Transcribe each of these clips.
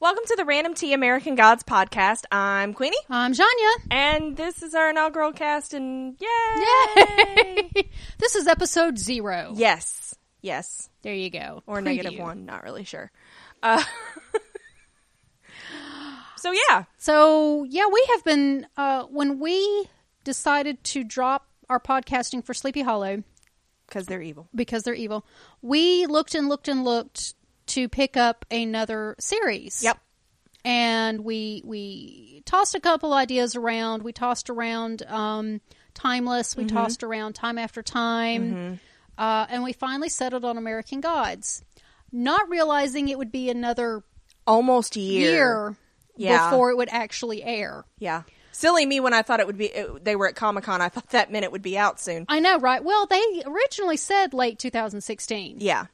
Welcome to the Random Tea American Gods podcast. I'm Queenie, I'm Janya. and this is our inaugural cast, and yay! this is episode zero. Yes, yes, There you go. or Preview. negative one, not really sure. Uh, so, yeah, So yeah, we have been uh, when we decided to drop our podcasting for Sleepy Hollow because they're evil. because they're evil. We looked and looked and looked to pick up another series. Yep. And we we tossed a couple ideas around. We tossed around um, timeless. Mm-hmm. We tossed around time after time, uh, and we finally settled on American Gods, not realizing it would be another Almost a year. year, Yeah. before it would actually air. Yeah. Silly me when I thought it would be, it, they were at Comic Con, I thought that meant it would be out soon. I know, right? Well, they originally said late 2016. Yeah.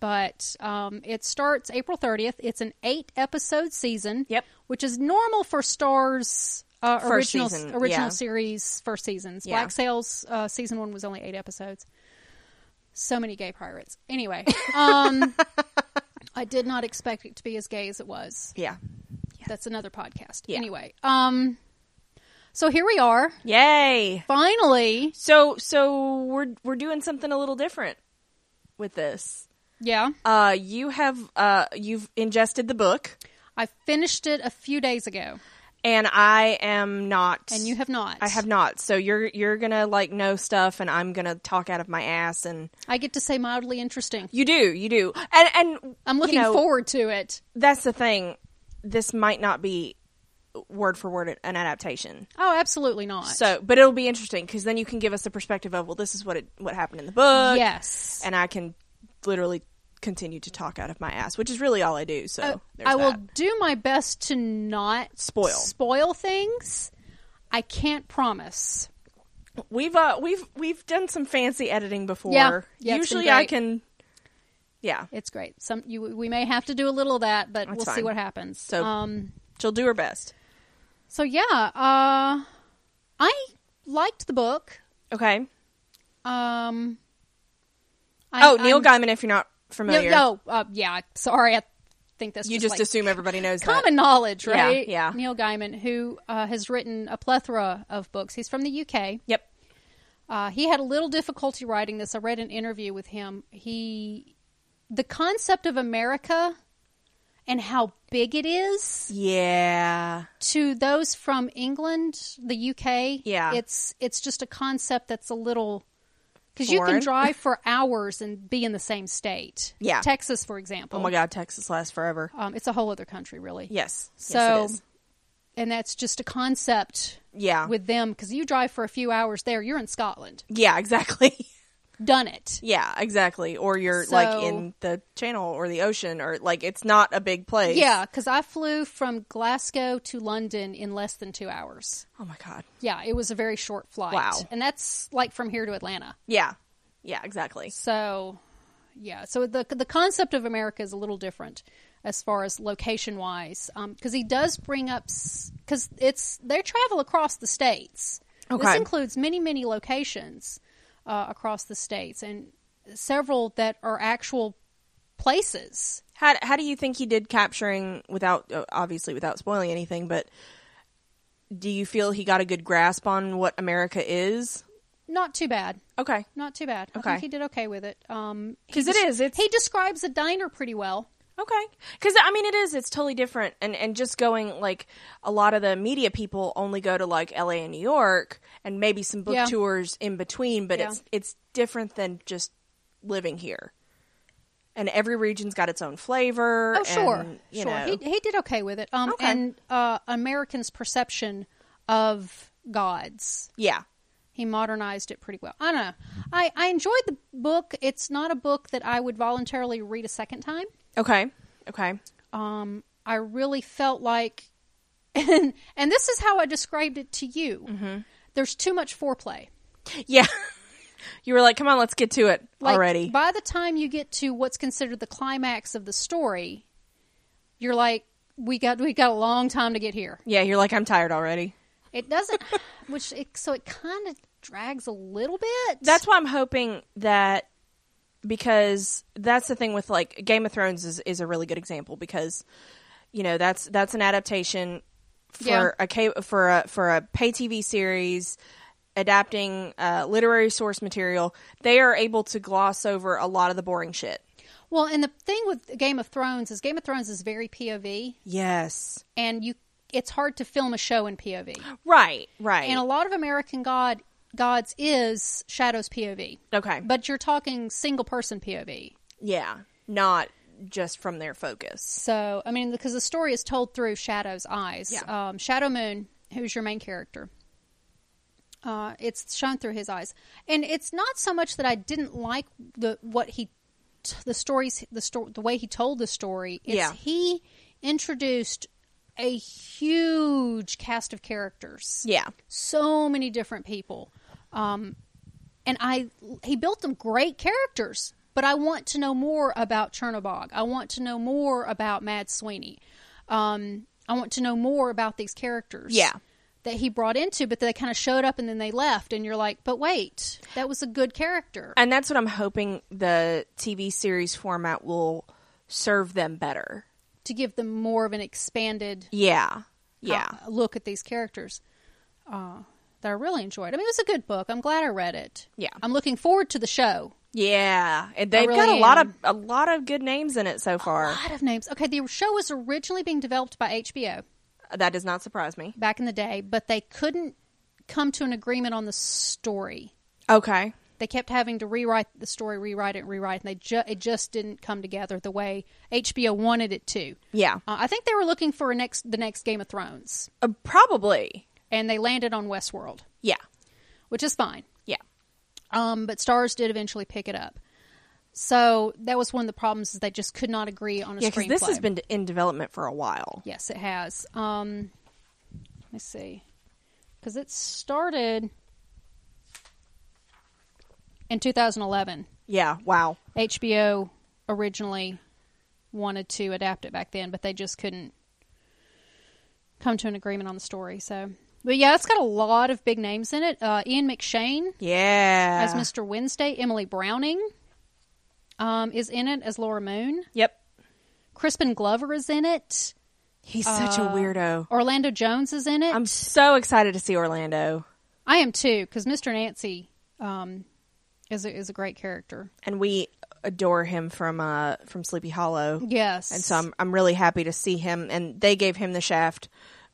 but um, it starts April 30th. It's an eight episode season. Yep. Which is normal for Star's uh, First original season, original yeah. series first seasons. Yeah. Black Sails uh, season one was only eight episodes. So many gay pirates. Anyway, um, I did not expect it to be as gay as it was. Yeah. That's another podcast. Yeah. Anyway, um, so here we are. Yay! Finally, So, so we're we're doing something a little different with this. yeah. Uh, you have uh, you've ingested the book, I finished it a few days ago, and I am not. and you have not. I have not. So you're you're gonna like know stuff, and I'm gonna talk out of my ass. And I get to say mildly interesting. you do, you do. And and I'm you looking know, forward to it. That's the thing. This might not be word for word an adaptation. Oh, absolutely not. So, but it'll be interesting because then you can give us a perspective of well, this is what it what happened in the book. yes, and I can literally continue to talk out of my ass, which is really all I do. So Oh, there's uh, Oh, I will that. do my best to not Spoil. spoil things. I can't promise. We've uh, we've we've done some fancy editing before. Yeah. Yeah, it's been Usually great. I can. Yeah, It's great. Some you, we may have to do a little of that, but That's we'll see fine. what happens. So- um, she'll do her best. so yeah, uh, I liked the book. Okay. Um, I, oh, Neil I'm- Gaiman, if you're not No, familiar, no, uh, yeah. Sorry, I think that's you just just like, assume everybody knows. that. common knowledge, Yeah, right? yeah. Neil Gaiman, who uh, has written a plethora of books. He's from the UK. Yep. Uh, he had a little difficulty writing this. I read an interview with him. He, the concept of America and how big it is Yeah. to those from England, the UK. Yeah. it's it's just a concept that's a little because you can Foreign. drive for hours and be in the same state. Yeah. Texas, for example. Oh my God, Texas lasts forever. Um, it's a whole other country, really. Yes. So, yes, it is. and that's just a concept yeah, with them because you drive for a few hours there. You're in Scotland. yeah, exactly. Done it. yeah, exactly. Or you're like So- in the channel or the ocean or like it's not a big place. Yeah, because I flew from Glasgow to London in less than two hours. Oh my God. Yeah, it was a very short flight. Wow. And that's like from here to Atlanta. Yeah. Yeah, exactly. So, yeah. So the the concept of America is a little different as far as location wise, because he does bring up because it's they travel across the states. This Okay. includes many many locations uh, across the states and several that are actual places. How how do you think he did capturing without uh, obviously without spoiling anything, but do you feel he got a good grasp on what America is? Not too bad. Okay. Not too bad. I Okay. think he did okay with it. Um, he 'Cause it des- is, it's- he describes a diner pretty well. Okay. Cuz I mean it is it's totally different and and just going like a lot of the media people only go to like LA and New York and maybe some book Yeah. tours in between, but Yeah. it's it's different than just living here. And every region's got its own flavor. Oh, sure, and, you sure. know. He he did okay with it. Um, Okay. and uh, Americans' perception of gods, yeah. he modernized it pretty well. I don't know. I I enjoyed the book. It's not a book that I would voluntarily read a second time. Okay. Okay. Um, I really felt like, and and this is how I described it to you. Mm-hmm. There's too much foreplay. Yeah. You were like, come on, let's get to it Like, already. By the time you get to what's considered the climax of the story, you're like, we got we got a long time to get here. yeah, you're like, I'm tired already. It doesn't, which it, so it kind of drags a little bit. That's why I'm hoping that because that's the thing with like Game of Thrones is, is a really good example because you know that's that's an adaptation for Yeah. a ca- for a for a pay TV series adapting uh, literary source material. They are able to gloss over a lot of the boring shit. Well, and the thing with Game of Thrones is Game of Thrones is very POV, Yes, and you it's hard to film a show in POV. right, right. And a lot of American God Gods is Shadow's POV, okay, but you're talking single person POV. yeah, not just from their focus. So I mean, because the story is told through Shadow's eyes. Yeah. Um, Shadow Moon, who's your main character, uh, it's shown through his eyes, and it's not so much that I didn't like the what he, t- the stories, the sto- the way he told the story. It's Yeah. he introduced a huge cast of characters Yeah, so many different people um, and i he built them great characters but i want to know more about chernobog i want to know more about mad sweeney um, i want to know more about these characters Yeah. that he brought into but they kind of showed up and then they left and you're like but wait that was a good character and that's what I'm hoping the TV series format will serve them better. to give them more of an expanded Yeah, yeah. uh, look at these characters uh, that i really enjoyed i mean it was a good book i'm glad i read it Yeah. i'm looking forward to the show Yeah, and they've really got a lot am. of a lot of good names in it so far. lot of names. Okay, the show was originally being developed by HBO That does not surprise me. back in the day, but they couldn't come to an agreement on the story. Okay, They kept having to rewrite the story, rewrite it, rewrite, and they ju- it just didn't come together the way HBO wanted it to. yeah, Uh, I think they were looking for a next the next Game of Thrones, uh, probably. and they landed on Westworld, Yeah, which is fine. yeah, Um, but Stars did eventually pick it up. So that was one of the problems is they just could not agree on a yeah. Because screenplay. this has been in development for a while. Yes, it has. Um, let me see. Because it started in 2011. Yeah. Wow. HBO originally wanted to adapt it back then, but they just couldn't come to an agreement on the story. So, but yeah, it's got a lot of big names in it. Uh, Ian McShane Yeah. as Mr. Wednesday. Emily Browning um, is in it as Laura Moon. Yep. Crispin Glover is in it. He's such a weirdo. Orlando Jones is in it. Uh, I'm so excited to see Orlando, I am too, because Mr. Nancy um, is a, is a great character. and we adore him from uh from Sleepy Hollow, Yes, and so I'm I'm really happy to see him. And they gave him the shaft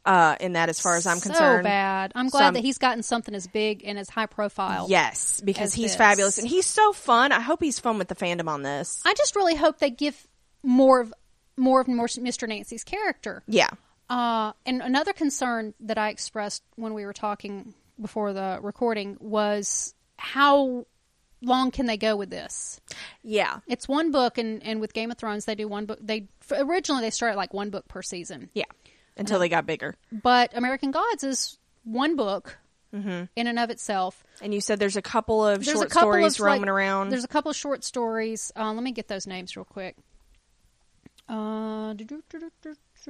uh in that, as far as I'm so concerned. bad. I'm So glad I'm- that he's gotten something as big and as high profile. Yes, as because he's this. fabulous and he's so fun. I hope he's fun with the fandom on this. I just really hope they give more of more of more Mr. Nancy's character. Yeah. Uh, and another concern that I expressed when we were talking before the recording was how long can they go with this? Yeah. It's one book, and, and with Game of Thrones, they do one book. They originally they started like one book per season. Yeah. Until they got bigger. but American Gods is one book in and of itself. And you said there's a couple of Mm-hmm. short stories like, roaming around. There's a couple of short stories. Uh, let me get those names real quick. Uh, such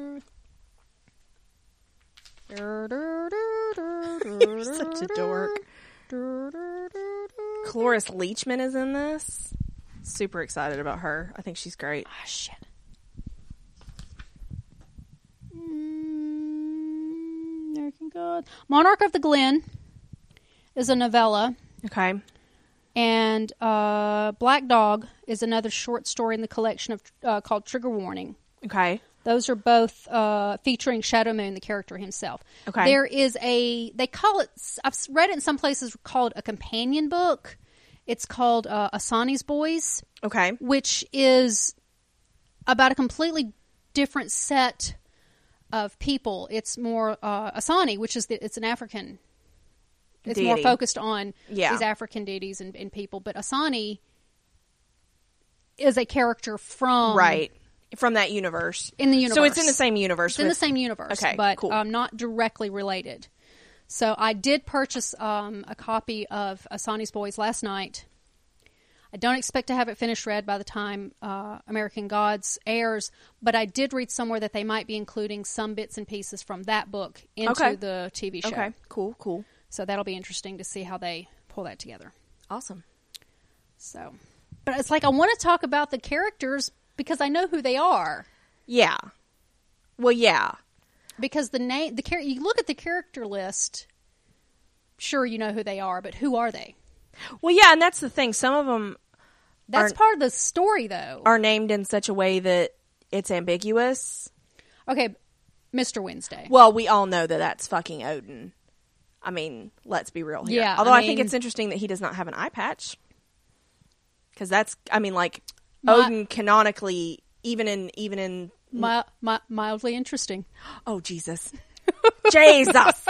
Such a dork. Cloris Leachman is in this. Super excited about her. I think she's great. Ah, shit. Mm, American God. Monarch of the Glen is a novella, Okay. and uh, Black Dog is another short story in the collection of uh, called Trigger Warning. Okay. Those are both uh, featuring Shadow Moon, the character himself. Okay. There is a they call it. I've read it in some places called a companion book. It's called uh, Asani's Boys Okay. which is about a completely different set of people. It's more uh, Asani, which is the, it's an African. It's more Deity. focused on Yeah. these African deities and, and people, but Asani is a character from right. From that universe. Um, in the universe. So it's in the same universe. It's in the with- same universe, Okay, but cool. um, not directly related. So I did purchase um, a copy of Asani's Boys last night. I don't expect to have it finished read by the time uh, American Gods airs, but I did read somewhere that they might be including some bits and pieces from that book into Okay. the TV show. Okay. Cool. Cool. So that'll be interesting to see how they pull that together. Awesome. So, but it's like I want to talk about the characters because I know who they are. Yeah. Well, yeah. because the name the char- you look at the character list sure you know who they are but who are they Well, yeah, and that's the thing. Some of them that's Aren't- part of the story though are named in such a way that it's ambiguous. okay mr wednesday Well, we all know that that's fucking Odin. I mean, let's be real here. Yeah, Although I I, think mean- it's interesting that he does not have an eye patch. Because that's, I mean, like My- Odin canonically, even in, even in, Mi- mi- mildly interesting oh Jesus, Jesus,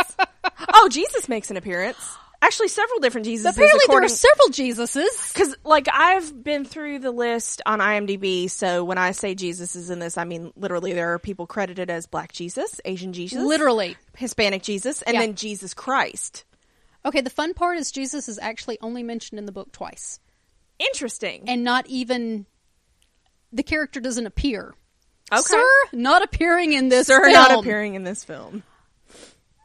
oh Jesus makes an appearance. Actually, several different Jesuses. apparently there according- are several jesuses Because, like, I've been through the list on IMDb, so when I say Jesus is in this, I mean literally there are people credited as Black Jesus, Asian Jesus, literally Hispanic Jesus, and Yeah. then Jesus Christ. okay the fun part is jesus is actually only mentioned in the book twice Interesting. and not even the character doesn't appear Okay. sir not appearing in this Sir, film. not appearing in this film.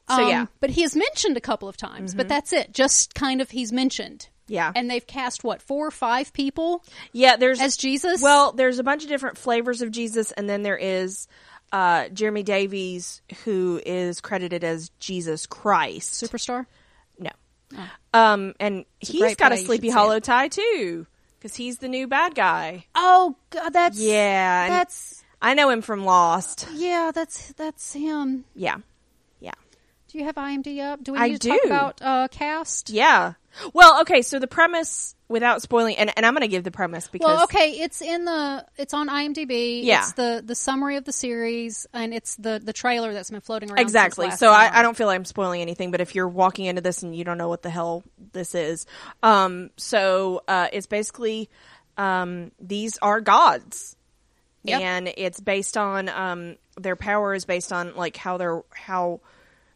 So, Um, yeah. Mm-hmm. but he is mentioned a couple of times, but that's it. Just kind of he's mentioned. Yeah. and they've cast what four or five people Yeah, there's. as Jesus. Well, there's a bunch of different flavors of Jesus, and then there is uh, Jeremy Davies, who is credited as Jesus Christ. superstar. No. Um, and he's Oh. great got a play, you Sleepy should see it. Hollow tie too, because he's the new bad guy. Oh, God, that's Yeah, and- That's I know him from Lost. yeah, that's that's him. Yeah, yeah, Do you have IMDb up? Do we need I to talk do. about uh, cast? yeah. Well, okay. So the premise, without spoiling, and, and I'm going to give the premise because Well, okay, it's in the it's on IMDb. Yeah. it's the the summary of the series, and it's the the trailer that's been floating around since exactly. last So I, time. I don't feel like I'm spoiling anything, but if you're walking into this and you don't know what the hell this is, um, so uh, it's basically um, these are gods, Yep. and it's based on um, their power is based on like how they're how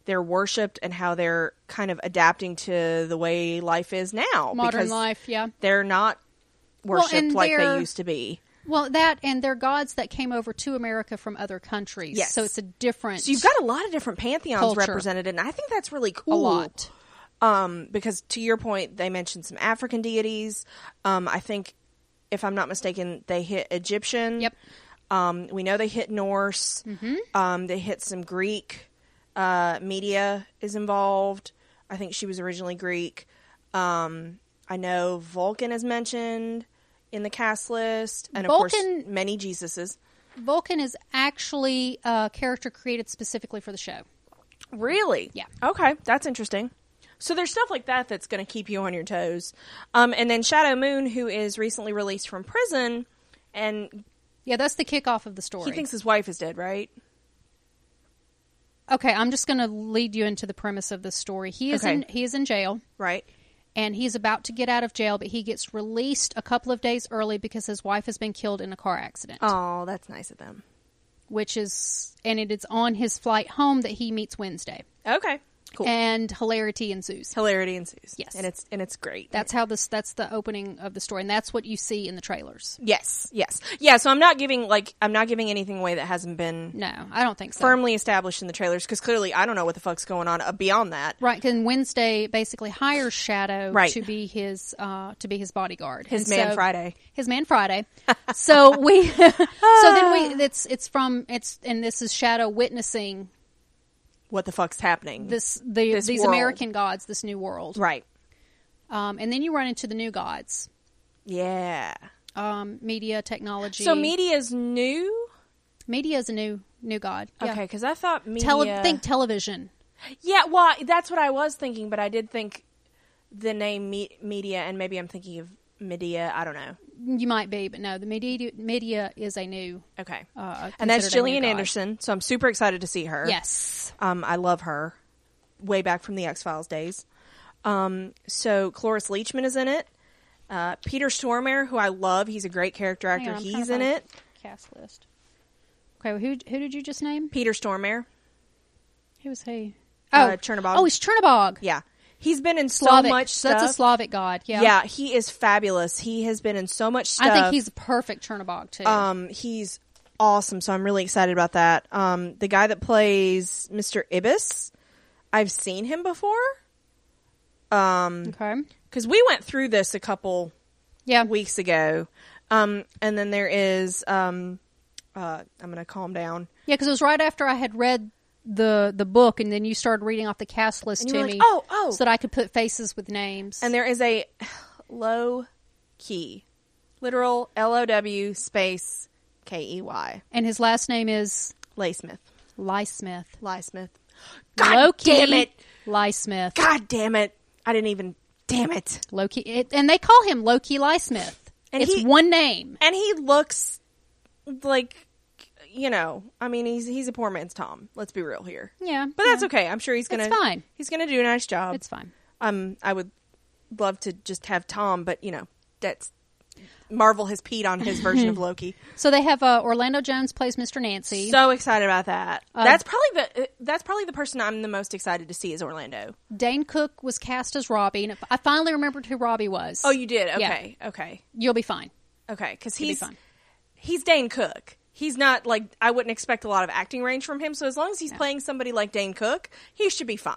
they're worshipped and how they're kind of adapting to the way life is now modern because life. Yeah, they're not worshipped and like they they're- used to be. Well, that and they're gods that came over to America from other countries. Yes. So it's a different. So you've got a lot of different pantheons Culture. represented, and I think that's really cool. a lot. um, because to your point, they mentioned some African deities. Um, I think, if I'm not mistaken, they hit Egyptian. Yep. Mm-hmm. Um, we know they hit Norse. Um, they hit some Greek. Uh, media is involved. I think she was originally Greek. Um, I know Vulcan is mentioned in the cast list, and of course, Vulcan- many Jesuses. Vulcan is actually uh, a character created specifically for the show. Really? Yeah. Okay, that's interesting. So there's stuff like that that's going to keep you on your toes. Um, and then Shadow Moon, who is recently released from prison, and Yeah, that's the kickoff of the story. he thinks his wife is dead, right? okay, I'm just going to lead you into the premise of the story. He is Okay. in he is in jail Right. and he's about to get out of jail, but he gets released a couple of days early because his wife has been killed in a car accident, Oh, that's nice of them. which is and it is on his flight home that he meets Wednesday. Okay. Cool. And hilarity ensues. Hilarity ensues. Yes. and it's and it's great. That's how this. That's the opening of the story, and that's what you see in the trailers. yes, yes, yeah. So I'm not giving like I'm not giving anything away that hasn't been No, I don't think so. firmly established in the trailers because clearly I don't know what the fuck's going on uh, beyond that. Right, because Wednesday basically hires Shadow Right. to be his uh, to be his bodyguard. His And man Friday. His man Friday. so we, so then we. It's it's from it's and this is Shadow witnessing What the fuck's happening? this the This these world. American gods, this new world. right. Um, and then you run into the new gods, Yeah. um, media technology. So media's new. media is a new new god. Yeah. Okay, because I thought media. Tele- think television. yeah, well, that's what I was thinking, but I did think the name me- media, and maybe I'm thinking of media. I don't know. You might be, but no, the media media is a new. Okay, Uh, and that's considered a new Gillian god. Anderson. So I'm super excited to see her. Yes. um, I love her. Way back from the X Files days. Um, so Cloris Leachman is in it. Uh, Peter Stormare, who I love, he's a great character Hang actor. on, I'm trying he's to in find it. Cast list. Okay, who who did you just name? Peter Stormare. Who was he? Oh, Uh, Chernabog. Oh, he's Chernabog. Yeah, he's been in Slavic. so much stuff. That's a Slavic god. Yeah. yeah. he is fabulous. He has been in so much stuff. I think he's a perfect Chernabog too. Um, he's awesome, so I'm really excited about that. Um, the guy that plays Mr. Ibis, I've seen him before okay. because we went through this a couple Yeah. weeks ago. Um, and then there is um, uh, I'm going to calm down. Yeah, because it was right after I had read the the book, and then you started reading off the cast list And to you were like, me. "Oh, oh." so that I could put faces with names. And there is a low key, literal L O W space K E Y, and his last name is Laysmith, Lysmith. Lysmith. God Loki damn it! Lysmith. God damn it! I didn't even. Damn it! Loki, it, and they call him Loki Lysmith. And it's he- one name. And he looks like, you know, I mean, he's he's a poor man's Tom. Let's be real here. Yeah, But that's okay. I'm sure he's gonna. fine. He's gonna do a nice job. It's fine. Um, I would love to just have Tom, but you know, that's Marvel has peed on his version of Loki. So they have uh, Orlando Jones plays Mr. Nancy. So excited about that. that's probably the uh, that's probably the person I'm the most excited to see is Orlando. Dane Cook was cast as Robbie, and I finally remembered who Robbie was. Oh, you did. Yeah. Okay, okay, you'll be fine. okay. Because be he's fun. he's Dane Cook. He's not like I wouldn't expect a lot of acting range from him. So as long as he's playing somebody like Dane Cook, he should be fine.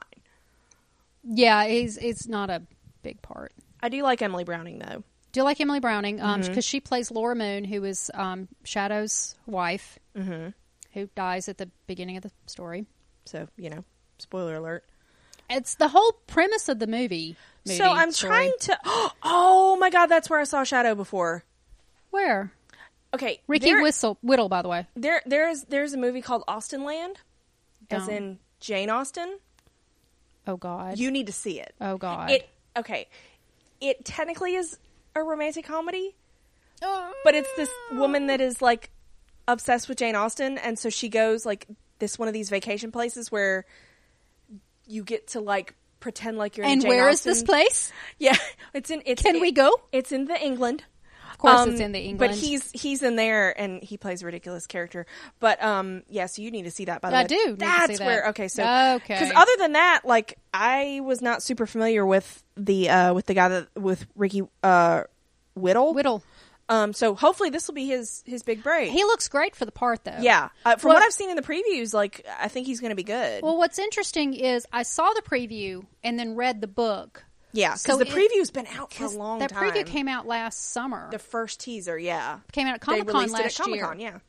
Yeah, he's it's not a big part. I do like Emily Browning though. Do you like Emily Browning? Because Mm-hmm. she plays Laura Moon, who is um, Shadow's wife, Mm-hmm. who dies at the beginning of the story. So you know, spoiler alert. It's the whole premise of the movie. movie so I'm story. trying to. Oh my god, that's where I saw Shadow before. Where Okay, Ricky there- Whistle Whittle, by the way. there there is there's a movie called Austin Land, as Don't. in Jane Austen. Oh God. You need to see it. oh God. It okay. It technically is a romantic comedy, but it's this woman that is like obsessed with Jane Austen, and so she goes like this one of these vacation places where you get to like pretend like you're. in and Jane where is Austen. this place? Yeah, it's in. It's Can it- we go? It's in the England. Of course it's in the England. But he's he's in there and he plays a ridiculous character. But um, yeah, so you need to see that. By the I way, do need to see That's that. where okay. So Okay. Because other than that, like I was not super familiar with the uh with the guy that with Ricky uh Whittle. Whittle. Um. So hopefully this will be his his big break. He looks great for the part though. yeah. Uh, from Well- what I've seen in the previews, like I think he's going to be good. Well, what's interesting is I saw the preview and then read the book. yeah. Because so the it- preview's been out for a 'Cause long that time. preview came out last summer. the first teaser. Yeah. came out at They Comic Con released it at last Comic year. Con. Yeah.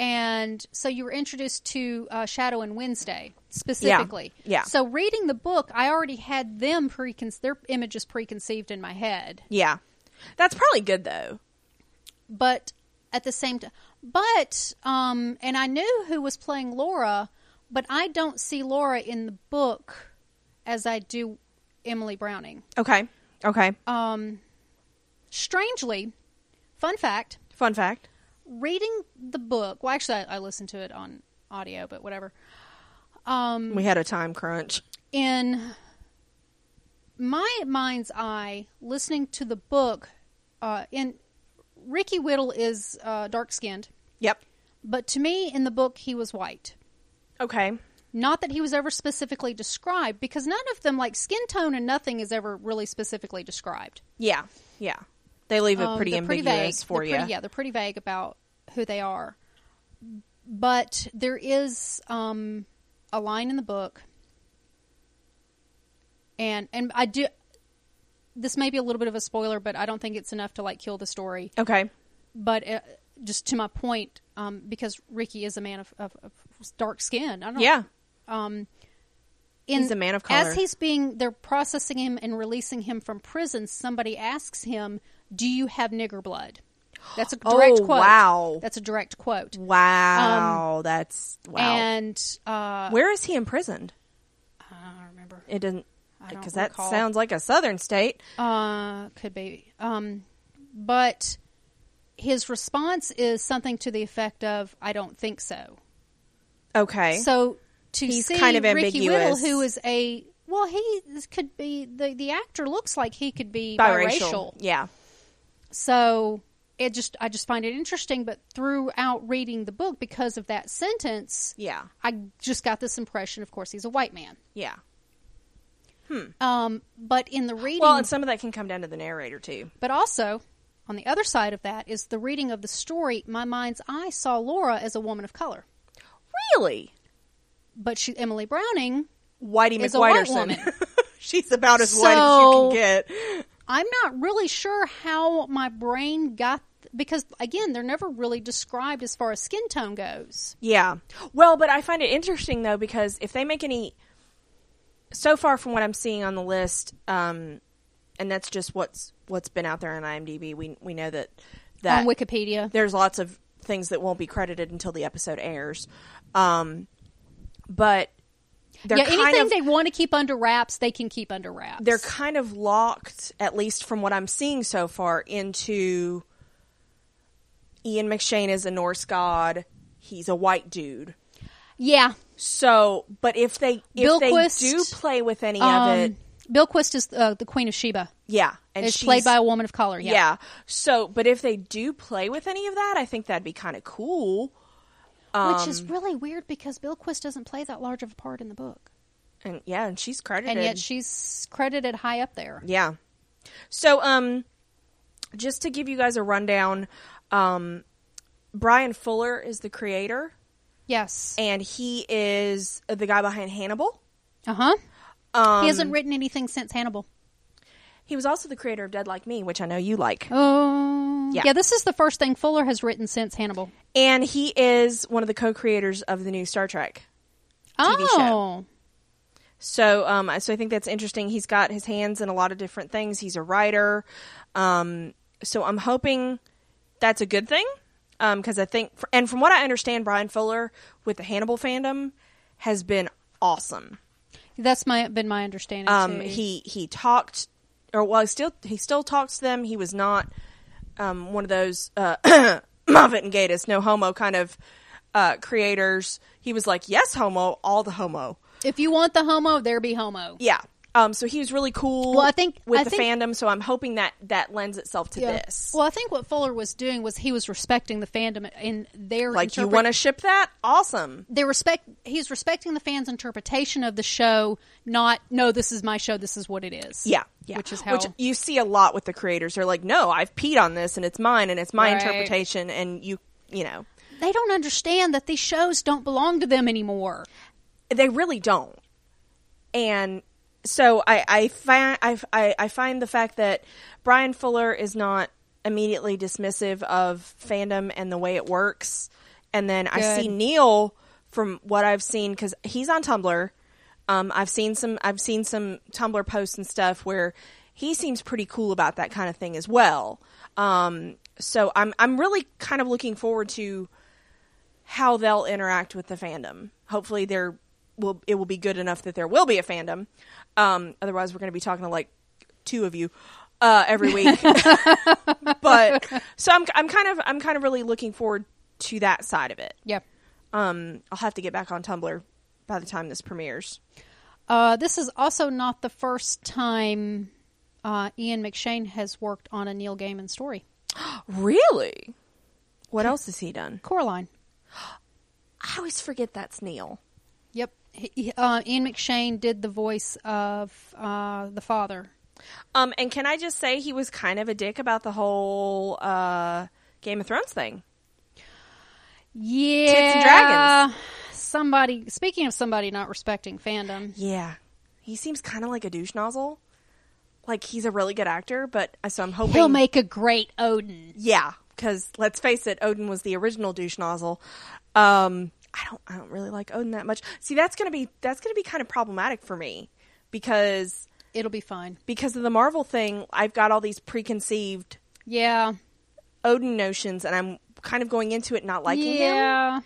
and so you were introduced to uh, Shadow and Wednesday specifically. Yeah. So reading the book, I already had them precon their images preconceived in my head, Yeah. That's probably good though. but at the same time, but um, and I knew who was playing Laura, but I don't see Laura in the book as I do Emily Browning. Okay. Okay. Um, strangely, fun fact: Fun fact. reading the book. Well, actually, I, I listened to it on audio, but whatever. Um, We had a time crunch. in my mind's eye, listening to the book, uh, in Ricky Whittle is uh, dark skinned, Yep. but to me, in the book, he was white. Okay. Not that he was ever specifically described, because none of them, like skin tone and nothing, is ever really specifically described. Yeah. Yeah. They leave it Um, pretty they're ambiguous vague. for They're you. Pretty, yeah, they're pretty vague about who they are. But there is um, a line in the book, and and I do. This may be a little bit of a spoiler, but I don't think it's enough to like kill the story. Okay. But uh just to my point, um, because Ricky is a man of, of, of dark skin. I don't Yeah. um, in, He's a man of color. As he's being, they're processing him and releasing him from prison. Somebody asks him, "Do you have nigger blood?" That's a Oh, direct quote. wow. that's a direct quote. Wow. that's wow. Um, And uh, Where is he imprisoned? I don't remember. It doesn't I don't because that recall. sounds like a southern state. Uh, could be. Um, but his response is something to the effect of, "I don't think so." Okay. So to He's see kind of Ricky Whittle, ambiguous. who is a well, he could be the the actor looks like he could be biracial. Yeah. So it just I just find it interesting, but throughout reading the book because of that sentence, Yeah. I just got this impression. Of course, he's a white man. Yeah. Um, but in the reading, Well, and some of that can come down to the narrator too. but also on the other side of that is the reading of the story. My mind's eye saw Laura as a woman of color, Really, but she Emily Browning. Whitey Is a white McWhiterson. woman. She's about as white as you So- can get. I'm not really sure how my brain got because again, they're never really described as far as skin tone goes. Yeah. Well, but I find it interesting though because if they make any, so far from what I'm seeing on the list, um, and that's just what's what's been out there on IMDb. We we know that that on Wikipedia, there's lots of things that won't be credited until the episode airs, um, but they're yeah, kind anything of they want to keep under wraps, they can keep under wraps. they're kind of locked, at least from what I'm seeing so far, into Ian McShane is a Norse god. He's a white dude. yeah. So, but if they if they Bilquist, do play with any of it, Um, Bilquist is uh, the Queen of Sheba. yeah, and It's she's- played by a woman of color. yeah. Yeah. So, but if they do play with any of that, I think that'd be kind of cool. Which is um, really weird because Bilquist doesn't play that large of a part in the book. And yeah, and she's credited. And yet she's credited high up there. Yeah. So, um, just to give you guys a rundown, um, Brian Fuller is the creator, Yes. and he is the guy behind Hannibal. Uh huh. Um, he hasn't written anything since Hannibal. He was also the creator of Dead Like Me, which I know you like. Oh. Yeah. yeah, this is the first thing Fuller has written since Hannibal. And he is one of the co creators of the new Star Trek. TV show. oh. So, um, so I think that's interesting. He's got his hands in a lot of different things. He's a writer. Um, so I'm hoping that's a good thing. Um, cause I think, and from what I understand, Brian Fuller with the Hannibal fandom has been awesome. That's my been my understanding. Um, too. he, he talked or well, he still, he still talks to them. He was not, um, one of those, uh, Moffat and Gatiss, no homo kind of, uh, creators. He was like, yes, homo, all the homo. if you want the homo, there be homo. Yeah. Um, so he was really cool. Well, I think- with I the think- fandom, so I'm hoping that that lends itself to this. Well, I think what Fuller was doing was he was respecting the fandom and their like you interpret- want to ship that? Awesome. they respect he's respecting the fans' interpretation of the show, not no, this is my show, this is what it is. Yeah, yeah. Which is how you see a lot with the creators. They're like, no, I've peed on this, and it's mine, and it's my Right. interpretation, and you, you know, they don't understand that these shows don't belong to them anymore. they really don't. And so I, I find I, I, I find the fact that Brian Fuller is not immediately dismissive of fandom and the way it works, and then I Good. see Neil from what I've seen because he's on Tumblr. Um, I've seen some I've seen some Tumblr posts and stuff where he seems pretty cool about that kind of thing as well. Um, so I'm I'm really kind of looking forward to how they'll interact with the fandom. Hopefully, there will it will be good enough that there will be a fandom. Um, otherwise, we're going to be talking to like two of you uh, every week. but so I'm I'm kind of I'm kind of really looking forward to that side of it. Yeah. Um, I'll have to get back on Tumblr by the time this premieres. Uh, this is also not the first time uh, Ian McShane has worked on a Neil Gaiman story. Really? What else has he done? Coraline. I always forget that's Neil. Yep. He- he- uh, Ian McShane did the voice of uh, the father. Um, and can I just say he was kind of a dick about the whole uh, Game of Thrones thing? Yeah. and dragons. Somebody, speaking of somebody not respecting fandom, Yeah. He seems kind of like a douche nozzle. Like he's a really good actor, but uh, so I'm hoping he'll make a great Odin. yeah, cuz let's face it, Odin was the original douche nozzle. Um I don't I don't really like Odin that much. See, that's going to be that's going to be kind of problematic for me because It'll be fine. because of the Marvel thing, I've got all these preconceived Yeah. Odin notions and I'm kind of going into it not liking him. yeah.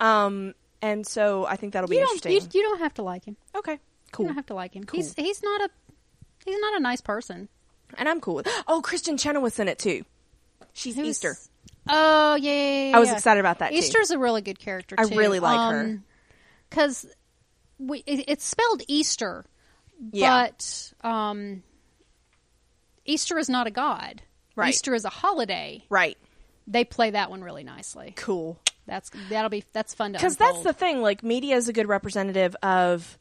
Um and so I think that'll be You don't. interesting. You, you don't have to like him. okay. You Cool. don't have to like him. He's he's not a he's not a nice person. And I'm cool with. Oh, Kristen Chenoweth's in it too. She's Who's- Easter. Oh yeah, yeah, yeah, I was yeah. excited about that, too. Easter's a really good character. I too. really like her. because we it, it's spelled Easter, Yeah. but um, Easter is not a god. Right. Easter is a holiday. Right. They play that one really nicely. Cool. That's that'll be that's fun to Because that's the thing. Like, media is a good representative of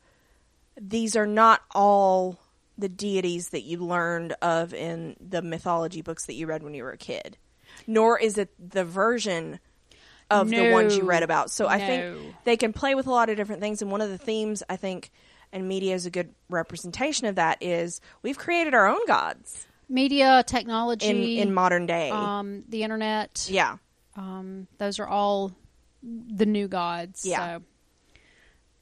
these are not all the deities that you learned of in the mythology books that you read when you were a kid, nor is it the version of the ones you No. read about. So I No. think they can play with a lot of different things. And one of the themes, I think, and media is a good representation of that is we've created our own gods. media, technology, in in modern day. um, the internet. yeah. Um, those are all the new gods. Yeah. So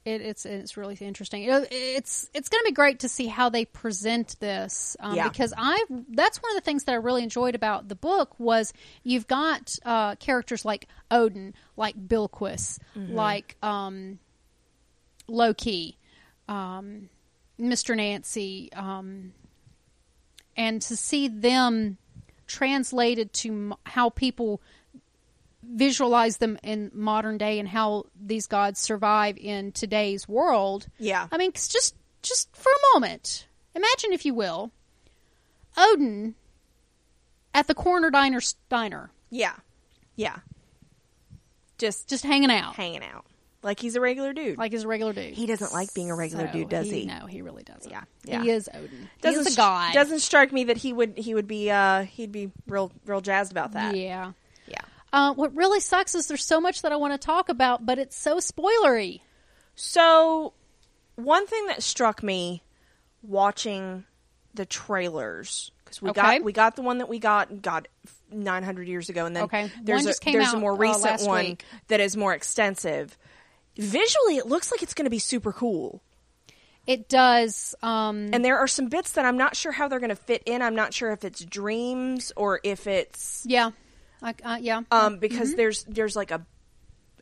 it, it's it's really interesting. It- it's it's going to be great to see how they present this um, Yeah. because I that's one of the things that I really enjoyed about the book was you've got uh, characters like Odin, like Bilquis, Mm-hmm. like um, Loki, um, Mr. Nancy, um, and to see them translated to m- how people visualize them in modern day and how these gods survive in today's world. Yeah. I mean, 'cause just just for a moment, imagine if you will, Odin at the corner diner diner, Yeah. Yeah. Just just hanging out hanging out. Like he's a regular dude. like his regular dude. He doesn't like being a regular dude, does he? No, he really doesn't. Yeah, yeah. he is Odin. doesn't he stri- is a god. Doesn't strike me that he would he would be uh he'd be real real jazzed about that. yeah. Yeah. Uh, what really sucks is there's so much that I want to talk about, but it's so spoilery. So one thing that struck me watching the trailers because we Okay. got we got the one that we got God 900 years ago and then Okay. there's One a, just came there's a out, more uh, recent last one week. that is more extensive. Visually it looks like it's going to be super cool. It does. Um, And there are some bits that I'm not sure how they're going to fit in. I'm not sure if it's dreams or if it's yeah. I, uh, yeah. um, because there's there's like a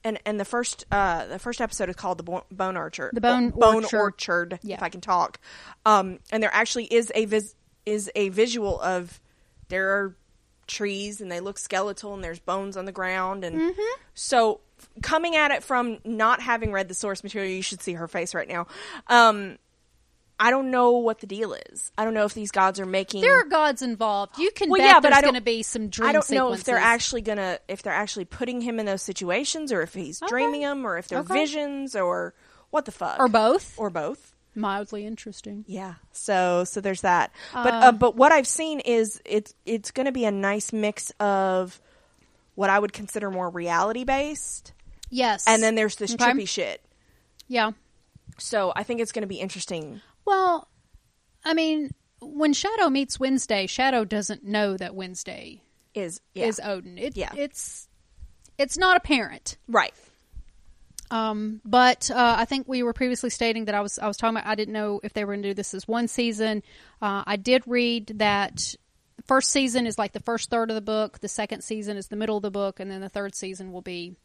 and and the first uh, the first episode is called the Bo- Bone Orchard. The Bone Bone Orchard. Orchard. Yeah. If I can talk, um, and there actually is a vis- is a visual of there are trees and they look skeletal and there's bones on the ground and Mm-hmm. so f- coming at it from not having read the source material you should see her face right now um i don't know what the deal is i don't know if these gods are making there are gods involved. You can Well, bet yeah, but I there's don't- going to be some dream I don't know if sequences. they're actually gonna if they're actually putting him in those situations or if he's dreaming them or if they're Okay. visions or what the fuck or both. or both. Mildly interesting. Yeah. So so there's that. But Um, uh, but what I've seen is it's it's gonna be a nice mix of what I would consider more reality based, Yes. and then there's this Okay. trippy shit. yeah. So I think it's gonna be interesting. Well, I mean, when Shadow meets Wednesday, Shadow doesn't know that Wednesday Is yeah. is Odin. It, Yeah. It's it's not apparent. right. Um, but uh, I think we were previously stating that I was I was talking about I didn't know if they were going to do this as one season. Uh, I did read that the first season is like the first third of the book, the second season is the middle of the book, and then the third season will be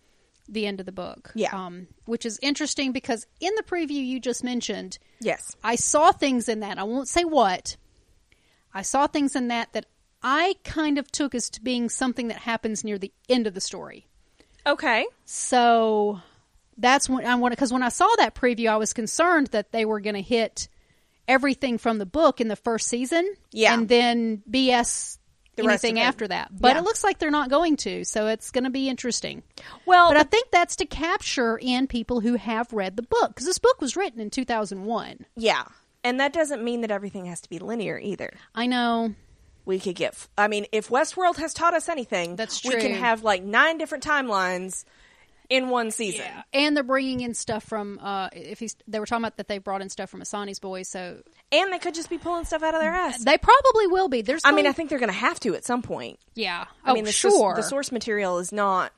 the end of the book. Yeah. um, which is interesting because in the preview you just mentioned, Yes. I saw things in that. I won't say what. I saw things in that that I kind of took as to being something that happens near the end of the story. Okay. So that's when I want because when I saw that preview, I was concerned that they were going to hit everything from the book in the first season, Yeah. and then BS The rest anything of it. after that. But Yeah. it looks like they're not going to, so it's going to be interesting. Well But I think that's to capture in people who have read the book because this book was written in two thousand one. yeah. And that doesn't mean that everything has to be linear either. I know we could get. I mean, if Westworld has taught us anything, That's We can true. have like nine different timelines in one season. And they're bringing in stuff from uh, if he's they were talking about that they brought in stuff from Asani's boys, so And they could just be pulling stuff out of their ass. they probably will be. There's I mean, going- I think they're going to have to at some point. yeah. I oh, mean, the, source- sure. the source material is not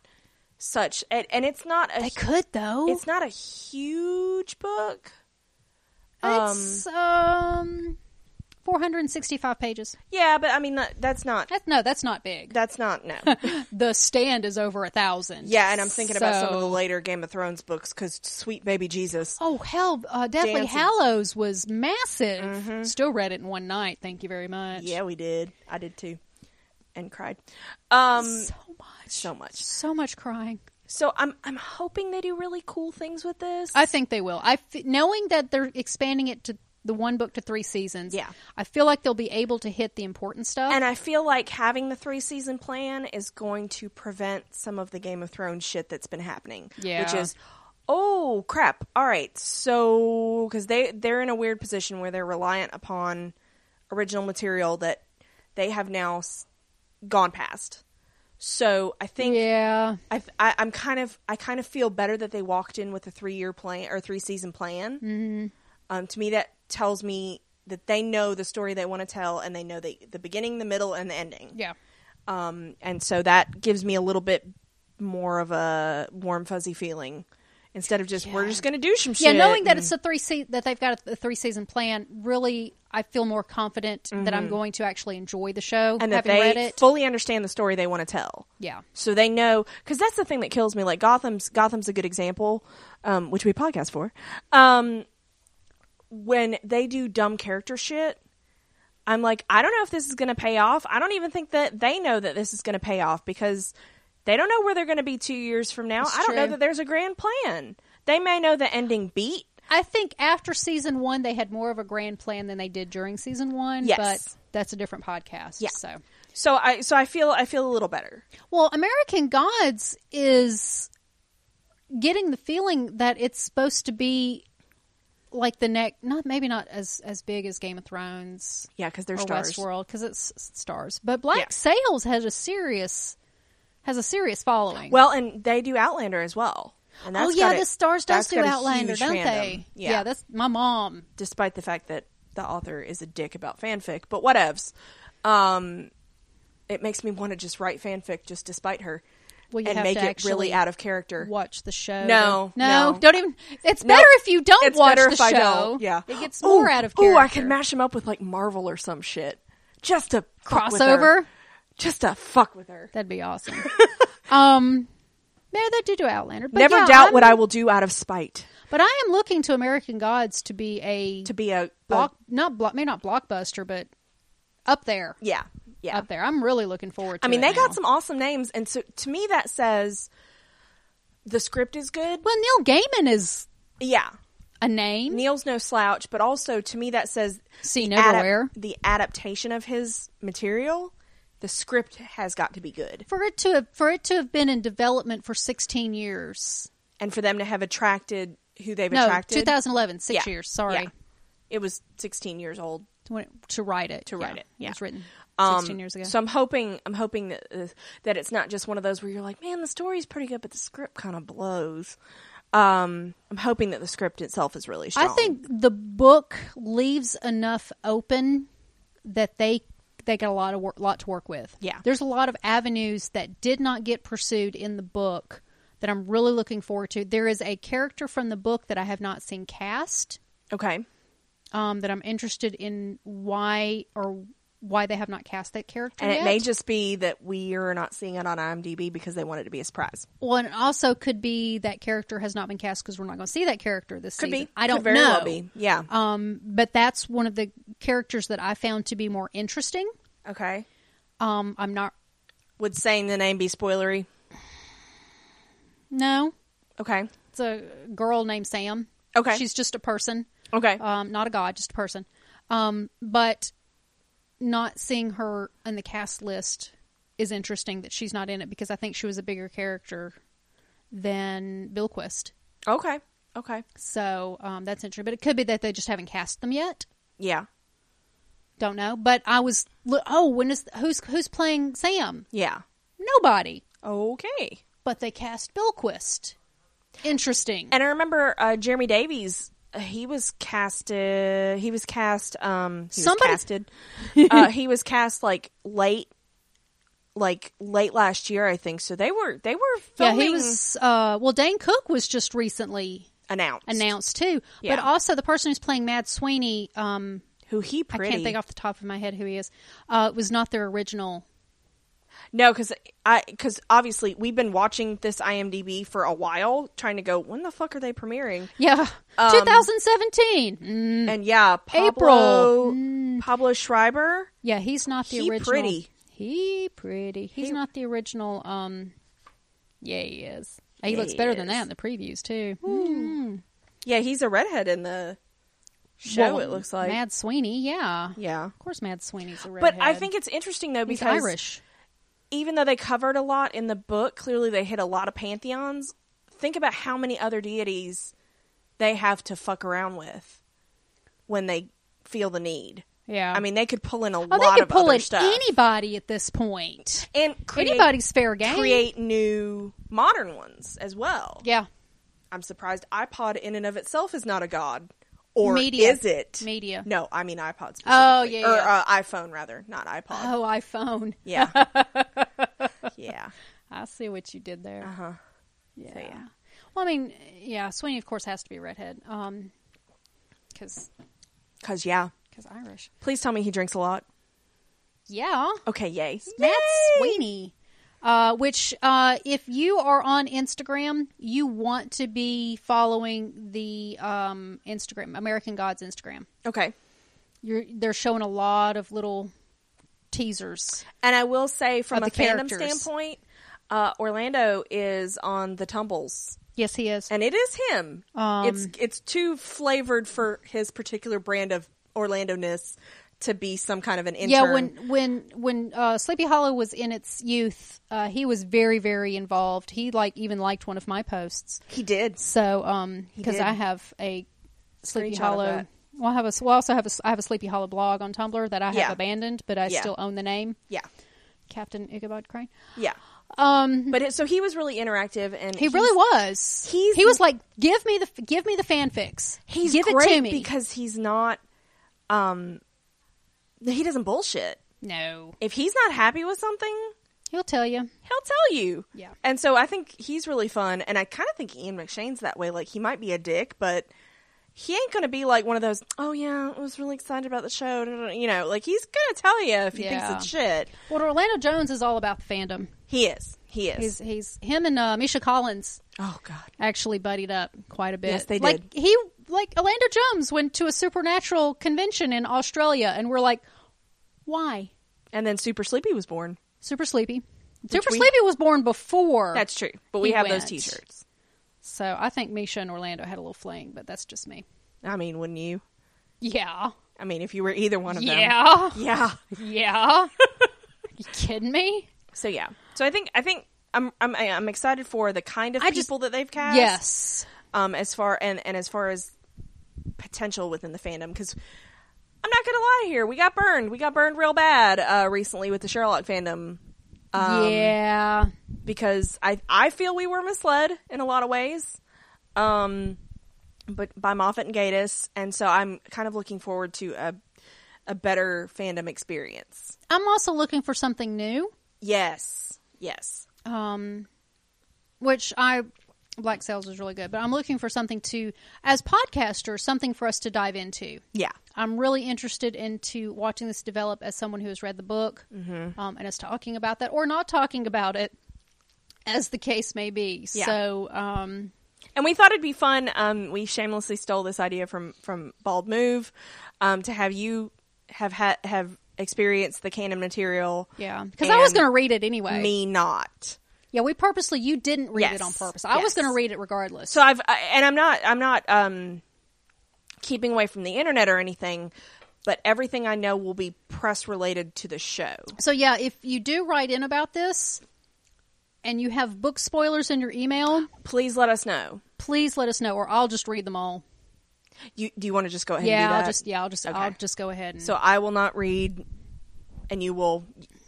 such, and, and it's not a they could though. it's not a huge book. It's um, four hundred and sixty-five pages. Yeah, but I mean that, that's not That's no, that's not big. that's not no. the stand is over a thousand. yeah, and I'm thinking about some of the So- later Game of Thrones books because sweet baby Jesus. Oh hell, uh, Deathly Dancing. Mm-hmm. Hallows was massive. Still read it in one night. Thank you very much. Yeah, we did. I did too, and cried. Um, so much, so much. so much crying. So I'm I'm hoping they do really cool things with this. I think they will. I f- knowing that they're expanding it to the one book to three seasons. Yeah. I feel like they'll be able to hit the important stuff. and I feel like having the three season plan is going to prevent some of the Game of Thrones shit that's been happening. Yeah. Which is, oh crap! All right, so because they they're in a weird position where they're reliant upon original material that they have now s- gone past. So I think yeah, I, th- I I'm kind of I kind of feel better that they walked in with a three year plan or three season plan. Mm-hmm. Um, to me, that tells me that they know the story they want to tell and they know the the beginning, the middle, and the ending. Yeah. Um, and so that gives me a little bit more of a warm fuzzy feeling instead of just we're just going to do some shit. Yeah, knowing that and- it's a three se- that they've got a three season plan, really, I feel more confident that I'm going to actually enjoy the show. Mm-hmm. and that having they read it, fully understand the story they want to tell. yeah, so they know because that's the thing that kills me like gotham's gotham's a good example um, which we podcast for um, when they do dumb character shit i'm like i don't know if this is going to pay off i don't even think that they know that this is going to pay off because they don't know where they're going to be two years from now That's i don't know true. that there's a grand plan they may know the ending beat I think after season one, they had more of a grand plan than they did during season one. Yes. but that's a different podcast. Yeah. So, so i so i feel i feel a little better well, American Gods is getting the feeling that it's supposed to be like the next, not maybe not as as big as Game of Thrones. yeah because they're or stars Westworld because it's s- stars. But Black Yeah. Sails has a serious has a serious following. well and they do outlander as well and oh that's yeah, got a- the stars that's does do got a Outlander, huge don't fandom. they? Yeah. that's my mom. despite the fact that the author is a dick about fanfic, but whatevs. Um, it makes me want to just write fanfic just despite her Well, you and have make to it really actually out of character. Watch the show. No, no, no. don't even. It's No. better if you don't It's watch better the if show. I don't. Yeah, it gets more Ooh, out of Ooh, character. I can mash them up with like Marvel or some shit. Just to fuck with her. Crossover? Just to fuck with her. That'd be awesome. um, no, they do do Outlander. But Never yeah, doubt I'm- what I will do out of spite But I am looking to American Gods to be a to be a block, not block, maybe not blockbuster, but up there. a- yeah, yeah. up there. I'm really looking forward to I mean, it they now. got some awesome names, and so to me that says the script is good. Well, Neil Gaiman is Yeah, a name. Neil's no slouch, but also to me that says Seen the adap- everywhere. the adaptation of his material, the script has got to be good, For it to have, for it to have been in development for 16 years. and for them to have attracted who they've No, attracted, 2011, six Yeah. years. Sorry, Yeah. it was 16 years old. to, when- to write it. To write it, yeah. it was written Um, 16 years ago. So I'm hoping I'm hoping that uh, that it's not just one of those where you're like, man, the story's pretty good, but the script kind of blows. Um, I'm hoping that the script itself is really I strong. think the book leaves enough open that they they got a lot of work, lot to work with. Yeah. there's a lot of avenues that did not get pursued in the book that I'm really looking forward to. There is a character from the book that I have not seen cast. okay, um, that I'm interested in why or why they have not cast that character. and it yet. may just be that we are not seeing it on IMDb because they want it to be a surprise. well, and it also could be that character has not been cast because we're not going to see that character this Could season. be. I don't Could very know. Well be. Yeah. Um, but that's one of the characters that I found to be more interesting. okay. Um, I'm not. Would saying the name be spoilery? No, Okay. it's a girl named Sam. Okay. she's just a person. Okay. um, not a god, just a person. Um, but not seeing her in the cast list is interesting that she's not in it because I think she was a bigger character than Bilquist. okay. Okay. So um, that's interesting. But it could be that they just haven't cast them yet. Yeah. Don't know. But I was lo- oh, when is who's who's playing Sam? Yeah. Nobody. Okay. But they cast Bilquist. Interesting. And I remember uh, Jeremy Davies. uh, He was casted. He was cast. Um, he Somebody- was casted. uh, he was cast like late, like late last year, I think. So they were they were yeah, filming he was. Uh, well, Dane Cook was just recently announced announced too. Yeah. But also the person who's playing Mad Sweeney, um, who he I pretty. can't think off the top of my head who he is. Uh, was not their original. No, because I because obviously we've been watching this IMDb for a while, trying to go when the fuck are they premiering? Yeah, Um, 2017. Mm. And yeah, Pablo, Mm. April. Pablo Schreiber. Yeah, he's not the He original. pretty. He pretty. He's He- not the original. Um, yeah, he is. He Yeah, looks he better than is. that in the previews too. Mm. Yeah, he's a redhead in the show. Well, it looks like. Mad Sweeney. Yeah, yeah, of course, Mad Sweeney's a but redhead. I think it's interesting though he's because Irish. even though they covered a lot in the book, clearly they hit a lot of pantheons. Think about how many other deities they have to fuck around with when they feel the need. Yeah, I mean, they could pull in a oh, lot they could of pull other at stuff anybody at this point. and create, Anybody's fair game. create new modern ones as well. yeah. I'm surprised iPod in and of itself is not a god Or Media. is it? Media. No, I mean iPod specifically. Oh, yeah, Or yeah. Uh, iPhone, rather, not iPod. Oh, iPhone. Yeah. yeah. I see what you did there. Uh-huh. Yeah. yeah. Well, I mean, yeah, Sweeney of course has to be a redhead. Um, because Because, yeah. Irish. Please tell me he drinks a lot. Yeah, Okay, yay. Matt Sweeney. Uh, which, uh, if you are on Instagram, you want to be following the um, Instagram American Gods Instagram. Okay. You're they're showing a lot of little teasers. And I will say, from Of a the fandom characters. standpoint, uh, Orlando is on the tumbles, Yes, he is. and it is him. Um, it's it's too flavored for his particular brand of Orlando ness to be some kind of an intern. Yeah, when when when uh, Sleepy Hollow was in its youth, uh, he was very very involved. He like even liked one of my posts. he did. So, um, because did. I have a Sleepy Screenshot of Hollow. that. Well, I have a. Well, I also have a. I have a Sleepy Hollow blog on Tumblr that I have Yeah. abandoned, but I Yeah. still own the name Yeah, Captain Ichabod Crane. yeah. Um, But it, so he was really interactive, and he he's- really was. he's- he was like, give me the give me the fanfics. He's give great it to me because he's not. Um, he doesn't bullshit. no, If he's not happy with something, he'll tell you. he'll tell you. Yeah. And so I think he's really fun, and I kind of think Ian McShane's that way. Like he might be a dick, but he ain't gonna be like one of those. Oh yeah, I was really excited about the show. da, da, da," You know, like he's gonna tell you if he Yeah. thinks it's shit. Well, Orlando Jones is all about the fandom. He is. He is. He's he's him and uh, Misha Collins oh god. actually buddied up quite a bit. Yes, they Like he like Orlando Jones went to a supernatural convention in Australia, and we're like, why? And then Super Sleepy was born. Super Sleepy. Super we- Sleepy was born before. That's true. But we He have those went. T-shirts. so I think Misha and Orlando had a little fling, but that's just me. I mean, wouldn't you? Yeah. I mean, if you were either one of them. Yeah. Yeah. Yeah. you kidding me? So yeah. So I think I think I'm I'm I'm excited for the kind of I just- people that they've cast. Yes. um, as far and, and as far as potential within the fandom because i'm not gonna lie here we got burned we got burned real bad uh, recently with the sherlock fandom um, yeah. because I, I feel we were misled in a lot of ways um, but by moffat and gatiss and so i'm kind of looking forward to a, a better fandom experience I'm also looking for something new, yes yes um, which I Black Sales is really good, but I'm looking for something to, as podcasters, something for us to dive into. yeah I'm really interested into watching this develop as someone who has read the book Mm-hmm. um, and is talking about that or not talking about it, as the case may be. Yeah. So, um, And we thought it'd be fun. Um, we shamelessly stole this idea from from Bald Move um, to have you have ha- have experienced the canon material. yeah, because I was and going to read it anyway. me not. Yeah, we purposely you didn't read it Yes. on purpose. I was Yes. going to read it regardless. So I've I, and I'm not I'm not um, keeping away from the internet or anything, but everything I know will be press related to the show. So yeah, if you do write in about this and you have book spoilers in your email, Please let us know. please let us know, or I'll just read them all. You do you want to just go ahead? and Yeah, do I'll that? just yeah, I'll just Okay. I'll just go ahead and So I will not read, and you will.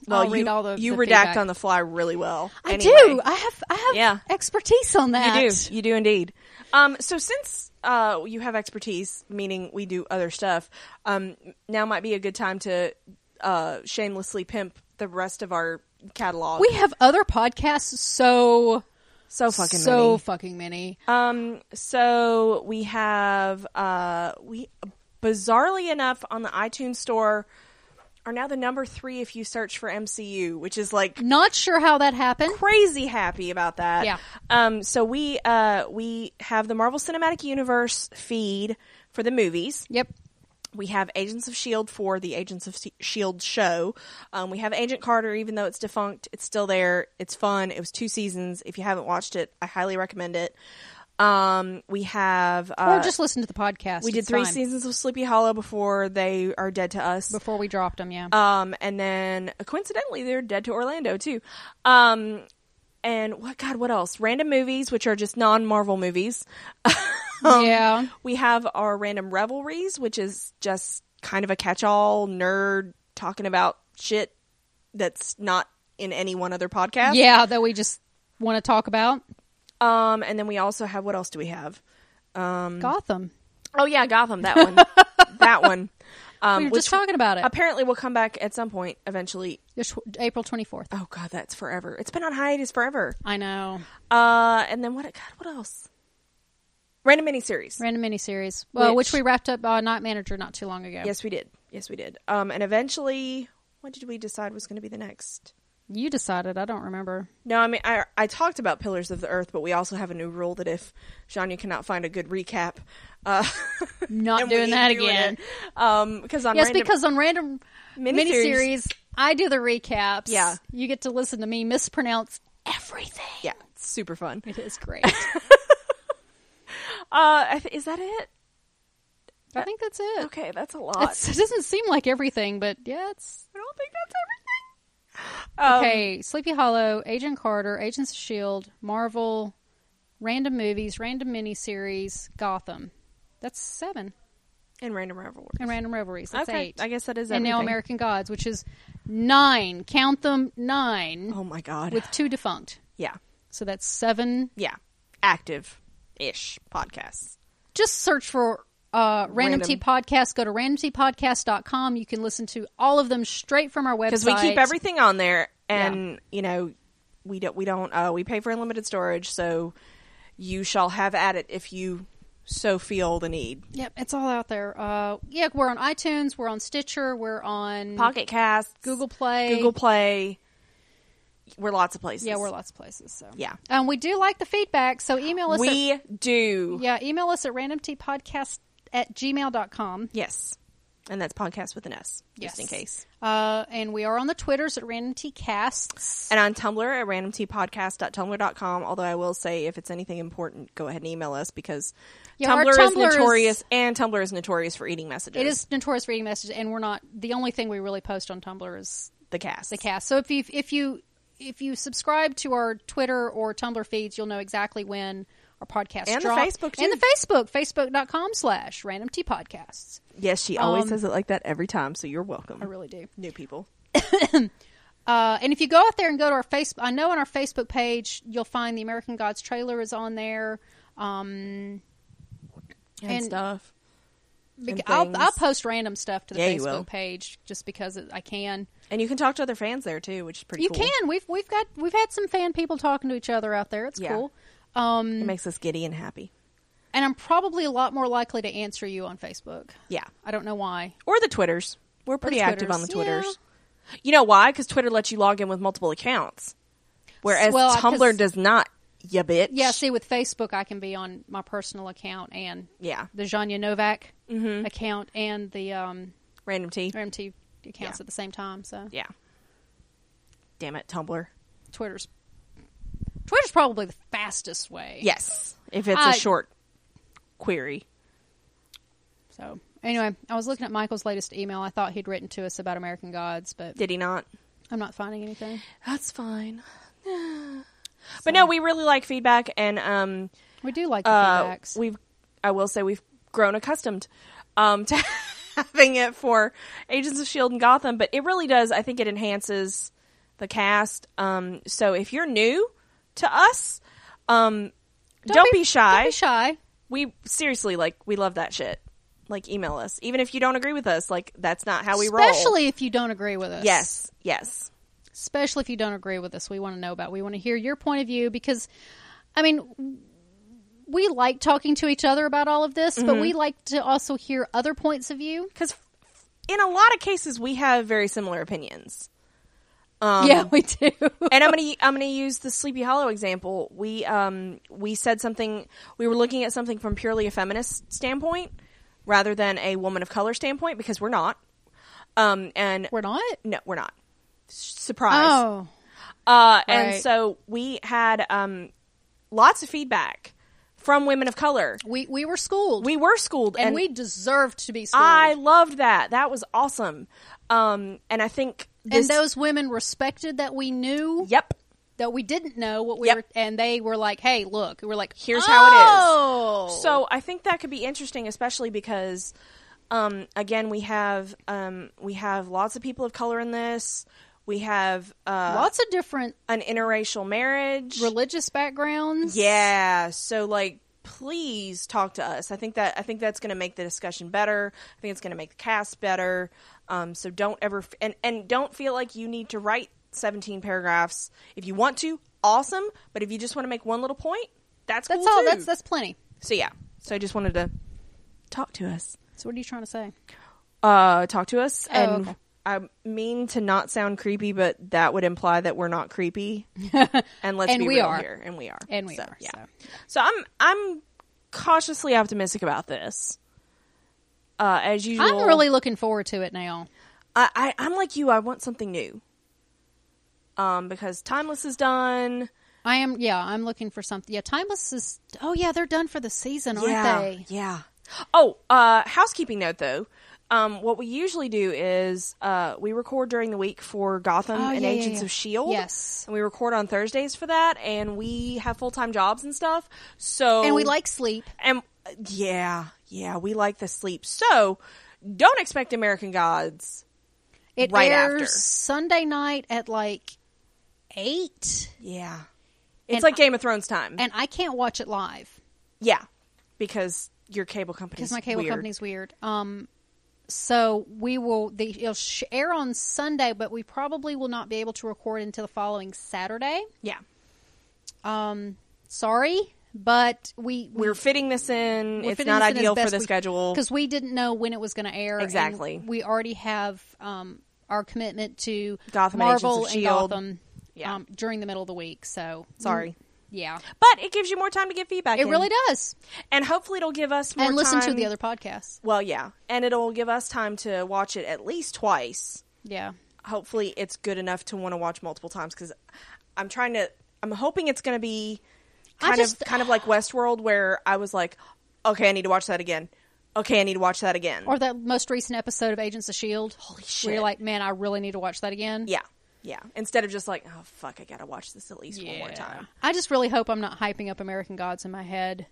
Well, I'll read you all the- you the redact feedback. on the fly really well. I Anyway. do. I have I have Yeah. expertise on that. You do. You do indeed. Um, so since uh, you have expertise, meaning we do other stuff, um, now might be a good time to uh, shamelessly pimp the rest of our catalog. We have other podcasts so so fucking so many. fucking many. Um, so we have uh, we bizarrely enough on the iTunes store are now the number three if you search for MCU, which is like Not sure how that happened. crazy happy about that. Yeah. Um. So we uh we have the Marvel Cinematic Universe feed for the movies. Yep. We have Agents of Shield E for the Agents of Se- Shield E show. Um, we have Agent Carter, even though it's defunct, it's still there. It's fun. It was two seasons. If you haven't watched it, I highly recommend it. Um, we have uh, Or just listen to the podcast. we did It's three fine. seasons of Sleepy Hollow before they are dead to us. before we dropped them. Yeah. Um, and then coincidentally, they're dead to Orlando too. Um, and what God, what else? Random movies, which are just non-Marvel movies. yeah. We have our random revelries, which is just kind of a catch-all nerd talking about shit that's not in any one other podcast. Yeah. That we just want to talk about Um, and then we also have what else do we have? Um, Gotham. Oh yeah, Gotham. That one. that one. Um, we were which just talking about it. apparently will come back at some point eventually. It's tw- April 24th. Oh god, that's forever. It's been on hiatus forever. I know. Uh, and then what? God, what else? Random miniseries. Random miniseries. Well, which, Which- we wrapped up uh, Night Manager not too long ago. Yes, we did. Yes, we did. Um, and eventually, what did we decide was going to be the next? You decided. I don't remember. No, I mean, I, I talked about Pillars of the Earth, but we also have a new rule that if Shania cannot find a good recap, uh, Not then we doing that keep doing again. it. Um, because on Yes, random, because on random Miniseries. miniseries, I do the recaps. Yeah. You get to listen to me mispronounce everything. yeah, it's super fun. It is great. Uh, I th- is that it? I think that's it. Okay, that's a lot. It's, it doesn't seem like everything, but yeah, it's. I don't think that's everything. Um, okay, Sleepy Hollow, Agent Carter, Agents of S.H.I.E.L.D., E Marvel, random movies, random miniseries, Gotham. That's seven. And random rivalry. And Random Revelries. That's okay, eight. I guess that is and now everything. American Gods, which is nine. Count them, nine, Oh my god. with two defunct. yeah, So that's seven. yeah, active ish podcasts. Just search for uh, Random, Random. Tea Podcast. Go to randomtpodcast.com. You can listen to all of them straight from our website. because we keep everything on there and you know we don't we don't uh, we pay for unlimited storage so you shall have at it if you so feel the need Yep, it's all out there. Uh, yeah, we're on iTunes. We're on Stitcher. We're on pocket casts Mm. Google Play. google play we're lots of places Yeah, we're lots of places. So Yeah. um, we do like the feedback. So email us. at, we do yeah, email us at randomtpodcast at gmail.com. yes and that's podcast with an s Yes. just in case Uh, and we are on the Twitters at Random Tea Casts. and on tumblr at randomtpodcast.tumblr.com although i will say if it's anything important go ahead and email us because Yeah, our tumblr, is Tumblr is- notorious and tumblr is notorious for eating messages It is notorious for reading messages, and we're not the only thing we really post on Tumblr is the cast the cast. So if you if you if you subscribe to our Twitter or Tumblr feeds, you'll know exactly when our podcast And the drop. Facebook, too. and the Facebook facebook.com slash Random Tea Podcasts. Yes, she always Um, says it like that every time, so you're welcome. I really do. New people. Uh, and if you go out there and go to our Facebook, I know on our Facebook page you'll find the American Gods trailer is on there. Um, And, And- stuff. bec- And I'll, things. I'll post random stuff to the Yeah, you will. Facebook page just because it, I can. And you can talk to other fans there too, which is pretty You cool. can. We've we've got we've had some fan people talking to each other out there. It's Yeah. cool. Um, It makes us giddy and happy. And I'm probably a lot more likely to answer you on Facebook. Yeah. I don't know why. Or the Twitters. We're pretty active Twitters. on the Twitters. You know why? Because Twitter lets you log in with multiple accounts. Whereas Well, I- 'cause- Tumblr does not, you bitch. Yeah, see with Facebook I can be on my personal account and Yeah. the Janya Novak Mm-hmm. account and the um Random tea. RMT accounts Yeah. at the same time. So Yeah. Damn it, Tumblr. Twitter's Twitter's probably the fastest way. Yes. If it's I- a short query. So anyway, I was looking at Michael's latest email. I thought he'd written to us about American Gods, but Did he not? I'm not finding anything. That's fine. but no, we really like feedback and um We do like the uh, feedbacks. we've I will say we've grown accustomed um, to having it for Agents of Shield E and Gotham, but it really does. I think it enhances the cast. Um, so if you're new to us, um, don't, be, shy. Don't be shy. We seriously like we love that shit. Like email us, even if you don't agree with us. Like that's not how we roll. Especially if you don't agree with us. yes, yes, Especially if you don't agree with us. We want to know about. We want to hear your point of view because, I mean, we like talking to each other about all of this, but Mm-hmm. we like to also hear other points of view. because in a lot of cases we have very similar opinions. Um, yeah, we do. and I'm gonna I'm gonna use the Sleepy Hollow example. We um we said something. We were looking at something from purely a feminist standpoint rather than a woman of color standpoint because we're not. Um and We're not. no, we're not. Surprise. Oh, Uh, and Right. so we had um lots of feedback from women of color. we we were schooled, We were schooled and, we deserved to be schooled. I loved that. That was awesome. Um and I think and this those women respected that we knew yep that we didn't know what we Yep. were, and they were like, "Hey, look, we're like, Here's how it is. oh. So I think that could be interesting, especially because, um, again, we have um, we have lots of people of color in this. We have uh, lots of different an interracial marriage. religious backgrounds. yeah, so like please talk to us. I think that I think that's going to make the discussion better. I think it's going to make the cast better. Um, so don't ever f- and and don't feel like you need to write 17 paragraphs. If you want to, awesome. But if you just want to make one little point, that's That's cool all. too. That's that's plenty. so yeah. So I just wanted to talk to us. So what are you trying to say? Uh, talk to us Oh, and. okay. I mean to not sound creepy, but that would imply that we're not creepy. and let's And be we real are. here, and we are, And we So, are. Yeah. So. So I'm I'm cautiously optimistic about this. Uh, as usual, I'm really looking forward to it now. I, I I'm like you. I want something new. Um, because timeless is done. I am. Yeah, I'm looking for something. Yeah, Timeless is. Oh yeah, they're done for the season, aren't yeah, they? yeah. Oh, uh, housekeeping note though. Um, what we usually do is uh, we record during the week for Gotham Oh, and yeah, yeah, Agents yeah. of Shield. E Yes. and we record on Thursdays for that, and we have full time jobs and stuff. So And we like sleep. And yeah, yeah, we like the sleep. So don't expect American Gods. It Right airs after. Sunday night at like eight, Yeah. It's And like Game of Thrones time. and I can't watch it live yeah. Because your cable company because my cable company's weird. Um, so we will. The, it'll sh- air on Sunday, but we probably will not be able to record until the following Saturday. Yeah. Um, sorry, but we, we We're fitting this in. it's not ideal for the schedule. because we didn't know when it was going to air. and Exactly. we already have um, our commitment to Gotham, Marvel, Agents of and S.H.I.E.L.D.. Gotham E Yeah. um, during the middle of the week. So Sorry. yeah, But it gives you more time to get feedback. it in. really does. And hopefully it'll give us more And listen to time- the other podcasts. Well, yeah. And it'll give us time to watch it at least twice. Yeah, hopefully it's good enough to want to watch multiple times because I'm trying to. I'm hoping it's going to be I kind just- of kind of like Westworld, where I was like, okay, I need to watch that again. Okay, I need to watch that again. or that most recent episode of Agents of Shield. Holy shit. E Where you're like, man, I really need to watch that again. yeah, yeah. Instead of just like, oh fuck, I got to watch this at least one more Yeah. time. I just really hope I'm not hyping up American Gods in my head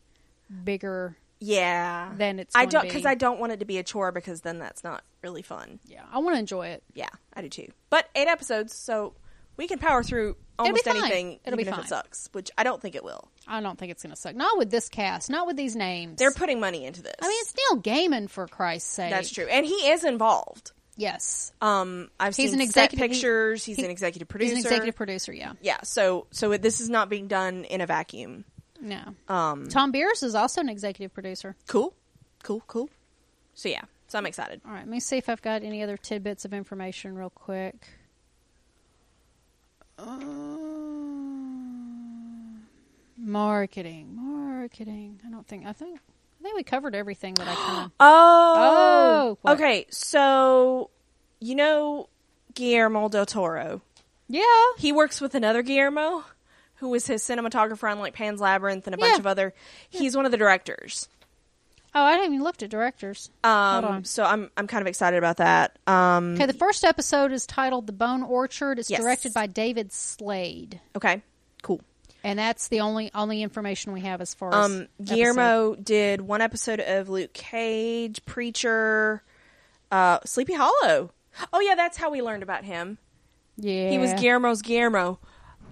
bigger. Yeah. Then it's I gonna don't be- because I don't want it to be a chore because then that's not really fun. Yeah, I want to enjoy it. Yeah, I do too. But eight episodes, so we can power through It'll be almost fine. anything, It'll be even if fine. it sucks, which I don't think it will. I don't think it's going to suck. Not with this cast. Not with these names. They're putting money into this. I mean, it's Neil Gaiman for Christ's sake. that's true, and he is involved. Yes, Um, I've He's seen an set executive- he- pictures. he's he- an executive producer. he's an executive producer. Yeah, yeah. So so it, this is not being done in a vacuum. no. Um, Tom Beers is also an executive producer. cool, cool, cool. So yeah. So I'm excited. All right, let me see if I've got any other tidbits of information real quick. Uh, marketing, marketing. I don't think. I think. I think we covered everything that I kind of. Oh. what? okay. So you know Guillermo del Toro. Yeah. Oh, He works with another Guillermo, who was his cinematographer on like Pan's Labyrinth and a bunch Yeah. of other. He's one of the directors. Oh, I haven't even looked at directors. Hold on. Um, so I'm I'm kind of excited about that. Um, Okay, the first episode is titled "The Bone Orchard." It's Yes. directed by David Slade, okay, cool. and that's the only only information we have as far as Um, episode. Guillermo did one episode of Luke Cage, Preacher, uh, Sleepy Hollow. Oh yeah, that's how we learned about him. Yeah, He was Guillermo's Guillermo.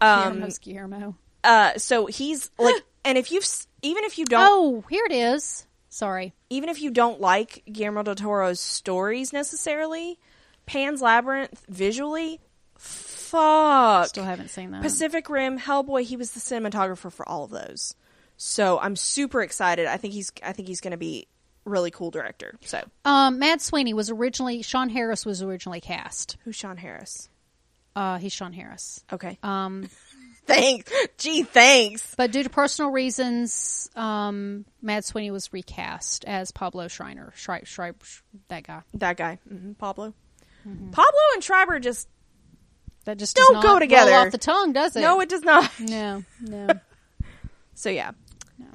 Guillermo's Um, Guillermo. uh, so he's like, and if you've s- even if you don't Oh, here it is. Sorry. even if you don't like Guillermo del Toro's stories necessarily, Pan's Labyrinth visually, fuck. Still haven't seen that. Pacific Rim, Hellboy. He was the cinematographer for all of those. So I'm super excited. I think he's I think he's going to be really cool director. So Um, Matt Sweeney was originally Sean Harris was originally cast. who's Sean Harris? Uh, he's Sean Harris. Okay, Um, thanks. Gee, thanks. but due to personal reasons, um, Matt Sweeney was recast as Pablo Schreiner. Shri- Shri- Sh- that guy. That guy, hmm Pablo. Mm-hmm. Pablo and Schreiber just That just Don't does not go together. roll off the tongue, does it? no, it does not. no, no. So yeah. No.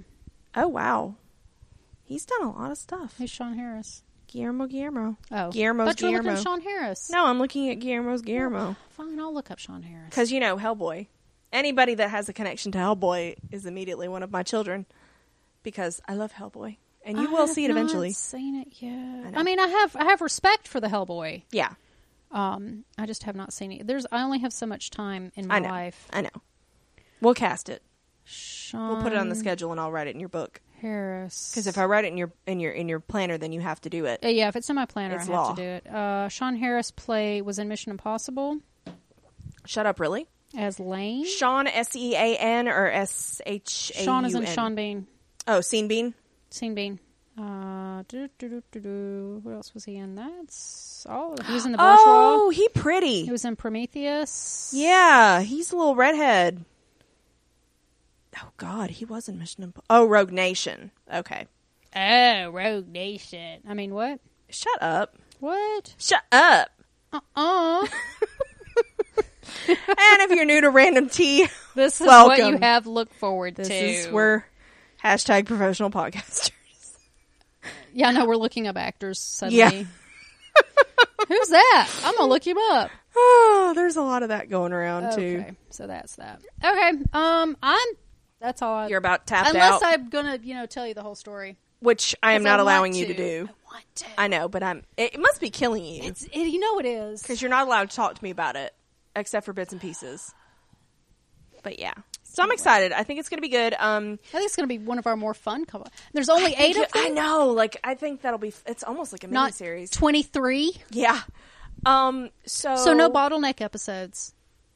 Oh wow, he's done a lot of stuff. Who's Sean Harris? Guillermo, Guillermo. Oh, Guillermo's But you're looking Guillermo. at Sean Harris. No, I'm looking at Guillermo's Guillermo fine. I'll look up Sean Harris. because you know Hellboy. Anybody that has a connection to Hellboy is immediately one of my children because I love Hellboy, and you I will have see it not eventually. Seen it yet? know. I, mean, I have. I have respect for the Hellboy. Yeah, Um, I just have not seen it. There's. I only have so much time in my I know. life. I know. We'll cast it. Sean Um, We'll put it on the schedule, and I'll write it in your book. Paris. Because if I write it in your in your in your planner, then you have to do it. Uh, yeah, if it's in my planner, It's I have law. to do it. Uh, Sean Harris play was in Mission Impossible Shut up, really. as Lane. Sean S E A N or S H A U N. Sean is in Sean Bean. Oh, Scene Bean. Scene Bean. Uh, do, do, do, do, do. What else was he in? That's all. He was in the Bourgeois. Oh, he pretty. He was in Prometheus. Yeah, he's a little redhead. Oh God, he was in Mission Impossible. Oh, Rogue Nation. Okay, Oh, Rogue Nation. I mean, what? shut up. What? Shut up. Uh uh and if you're new to Random Tea, This is what you Welcome. have looked forward this to. is where hashtag professional podcasters. Yeah, I know we're looking up actors suddenly. Yeah. Who's that? I'm gonna look him up. Oh, there's a lot of that going around Okay, too. so that's that. Okay, um, I'm. That's all. I, You're about tapped unless out, I'm gonna, you know, tell you the whole story. which I am 'Cause not I allowing want you to do. I want to. I know, but I'm. It, it must be killing you it's it, you know it is. because you're not allowed to talk to me about it except for bits and pieces. But yeah, so I'm excited. I think it's going to be good. Um, I think it's gonna be one of our more fun. Co- There's only eight Yeah, of them. I know. Like I think that'll be. It's almost like a mini Not series. twenty three. yeah. Um. So So no bottleneck episodes.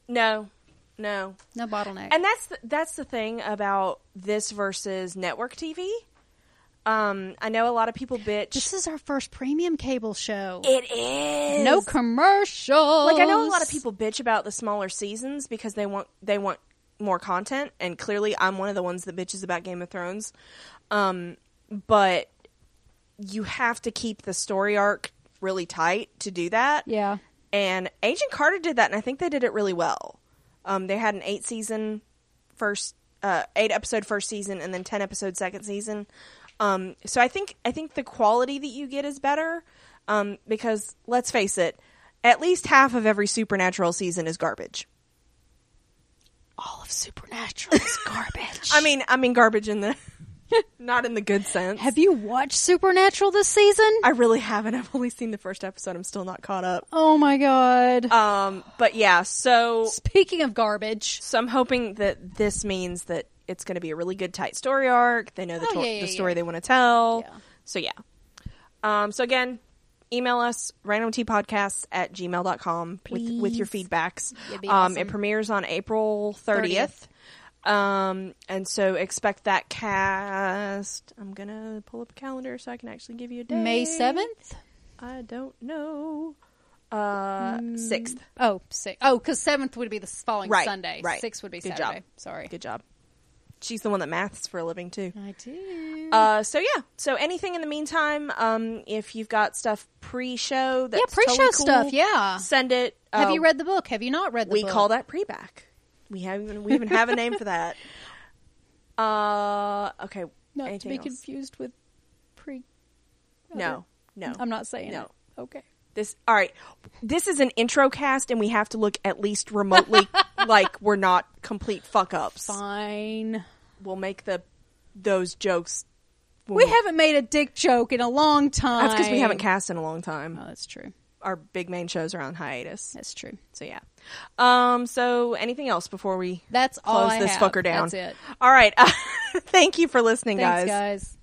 no, no. No bottleneck. And that's the, that's the thing about this versus network TV. Um. I know a lot of people bitch. this is our first premium cable show. it is no commercials. Like I know a lot of people bitch about the smaller seasons because they want they want more content, and clearly I'm one of the ones that bitches about Game of Thrones. Um, but you have to keep the story arc really tight to do that. Yeah. And Agent Carter did that, and I think they did it really well. Um, they had an eight season first, uh, eight episode first season, and then ten episode second season. Um, so I think I think the quality that you get is better um, because let's face it, at least half of every Supernatural season is garbage. All of Supernatural is garbage. I mean, I mean garbage in the not in the good sense. have you watched Supernatural this season? I really haven't. I've only seen the first episode. I'm still not caught up. oh my god. Um, but yeah, so Speaking of garbage, So I'm hoping that this means that it's going to be a really good tight story arc. They know the, Oh, to- yeah, yeah, the yeah. story they want to tell. Yeah. So yeah. Um, so again, email us randomtpodcasts at gmail.com with, with your feedbacks. That'd be Um, awesome. it premieres on April 30th. Um, and so expect that cast. I'm going to pull up a calendar so I can actually give you a date. May 7th? I don't know. Uh, 6th. Oh, six. Oh, because 7th would be the following Right, Sunday. right. 6th would be Good Saturday. job. Sorry. Good job. She's the one that maths for a living too. I do. Uh, so yeah. So anything in the meantime, um, if you've got stuff pre-show, that's yeah, pre-show totally cool, stuff, yeah. Send it. Have Uh, you read the book? Have you not read the We book? call that pre-back. We haven't. We even have a name for that. Uh, okay. Not to anything be else? confused with pre. No, no. I'm not saying No. it. Okay. This. All right. This is an intro cast, and we have to look at least remotely like we're not complete fuck ups. Fine. We'll make the those jokes. when We haven't made a dick joke in a long time. That's because we haven't cast in a long time. Oh, that's true. Our big main shows are on hiatus. That's true. So yeah. Um. So anything else before we That's all close I this have. fucker down? That's it. All right. thank you for listening, Thanks, guys.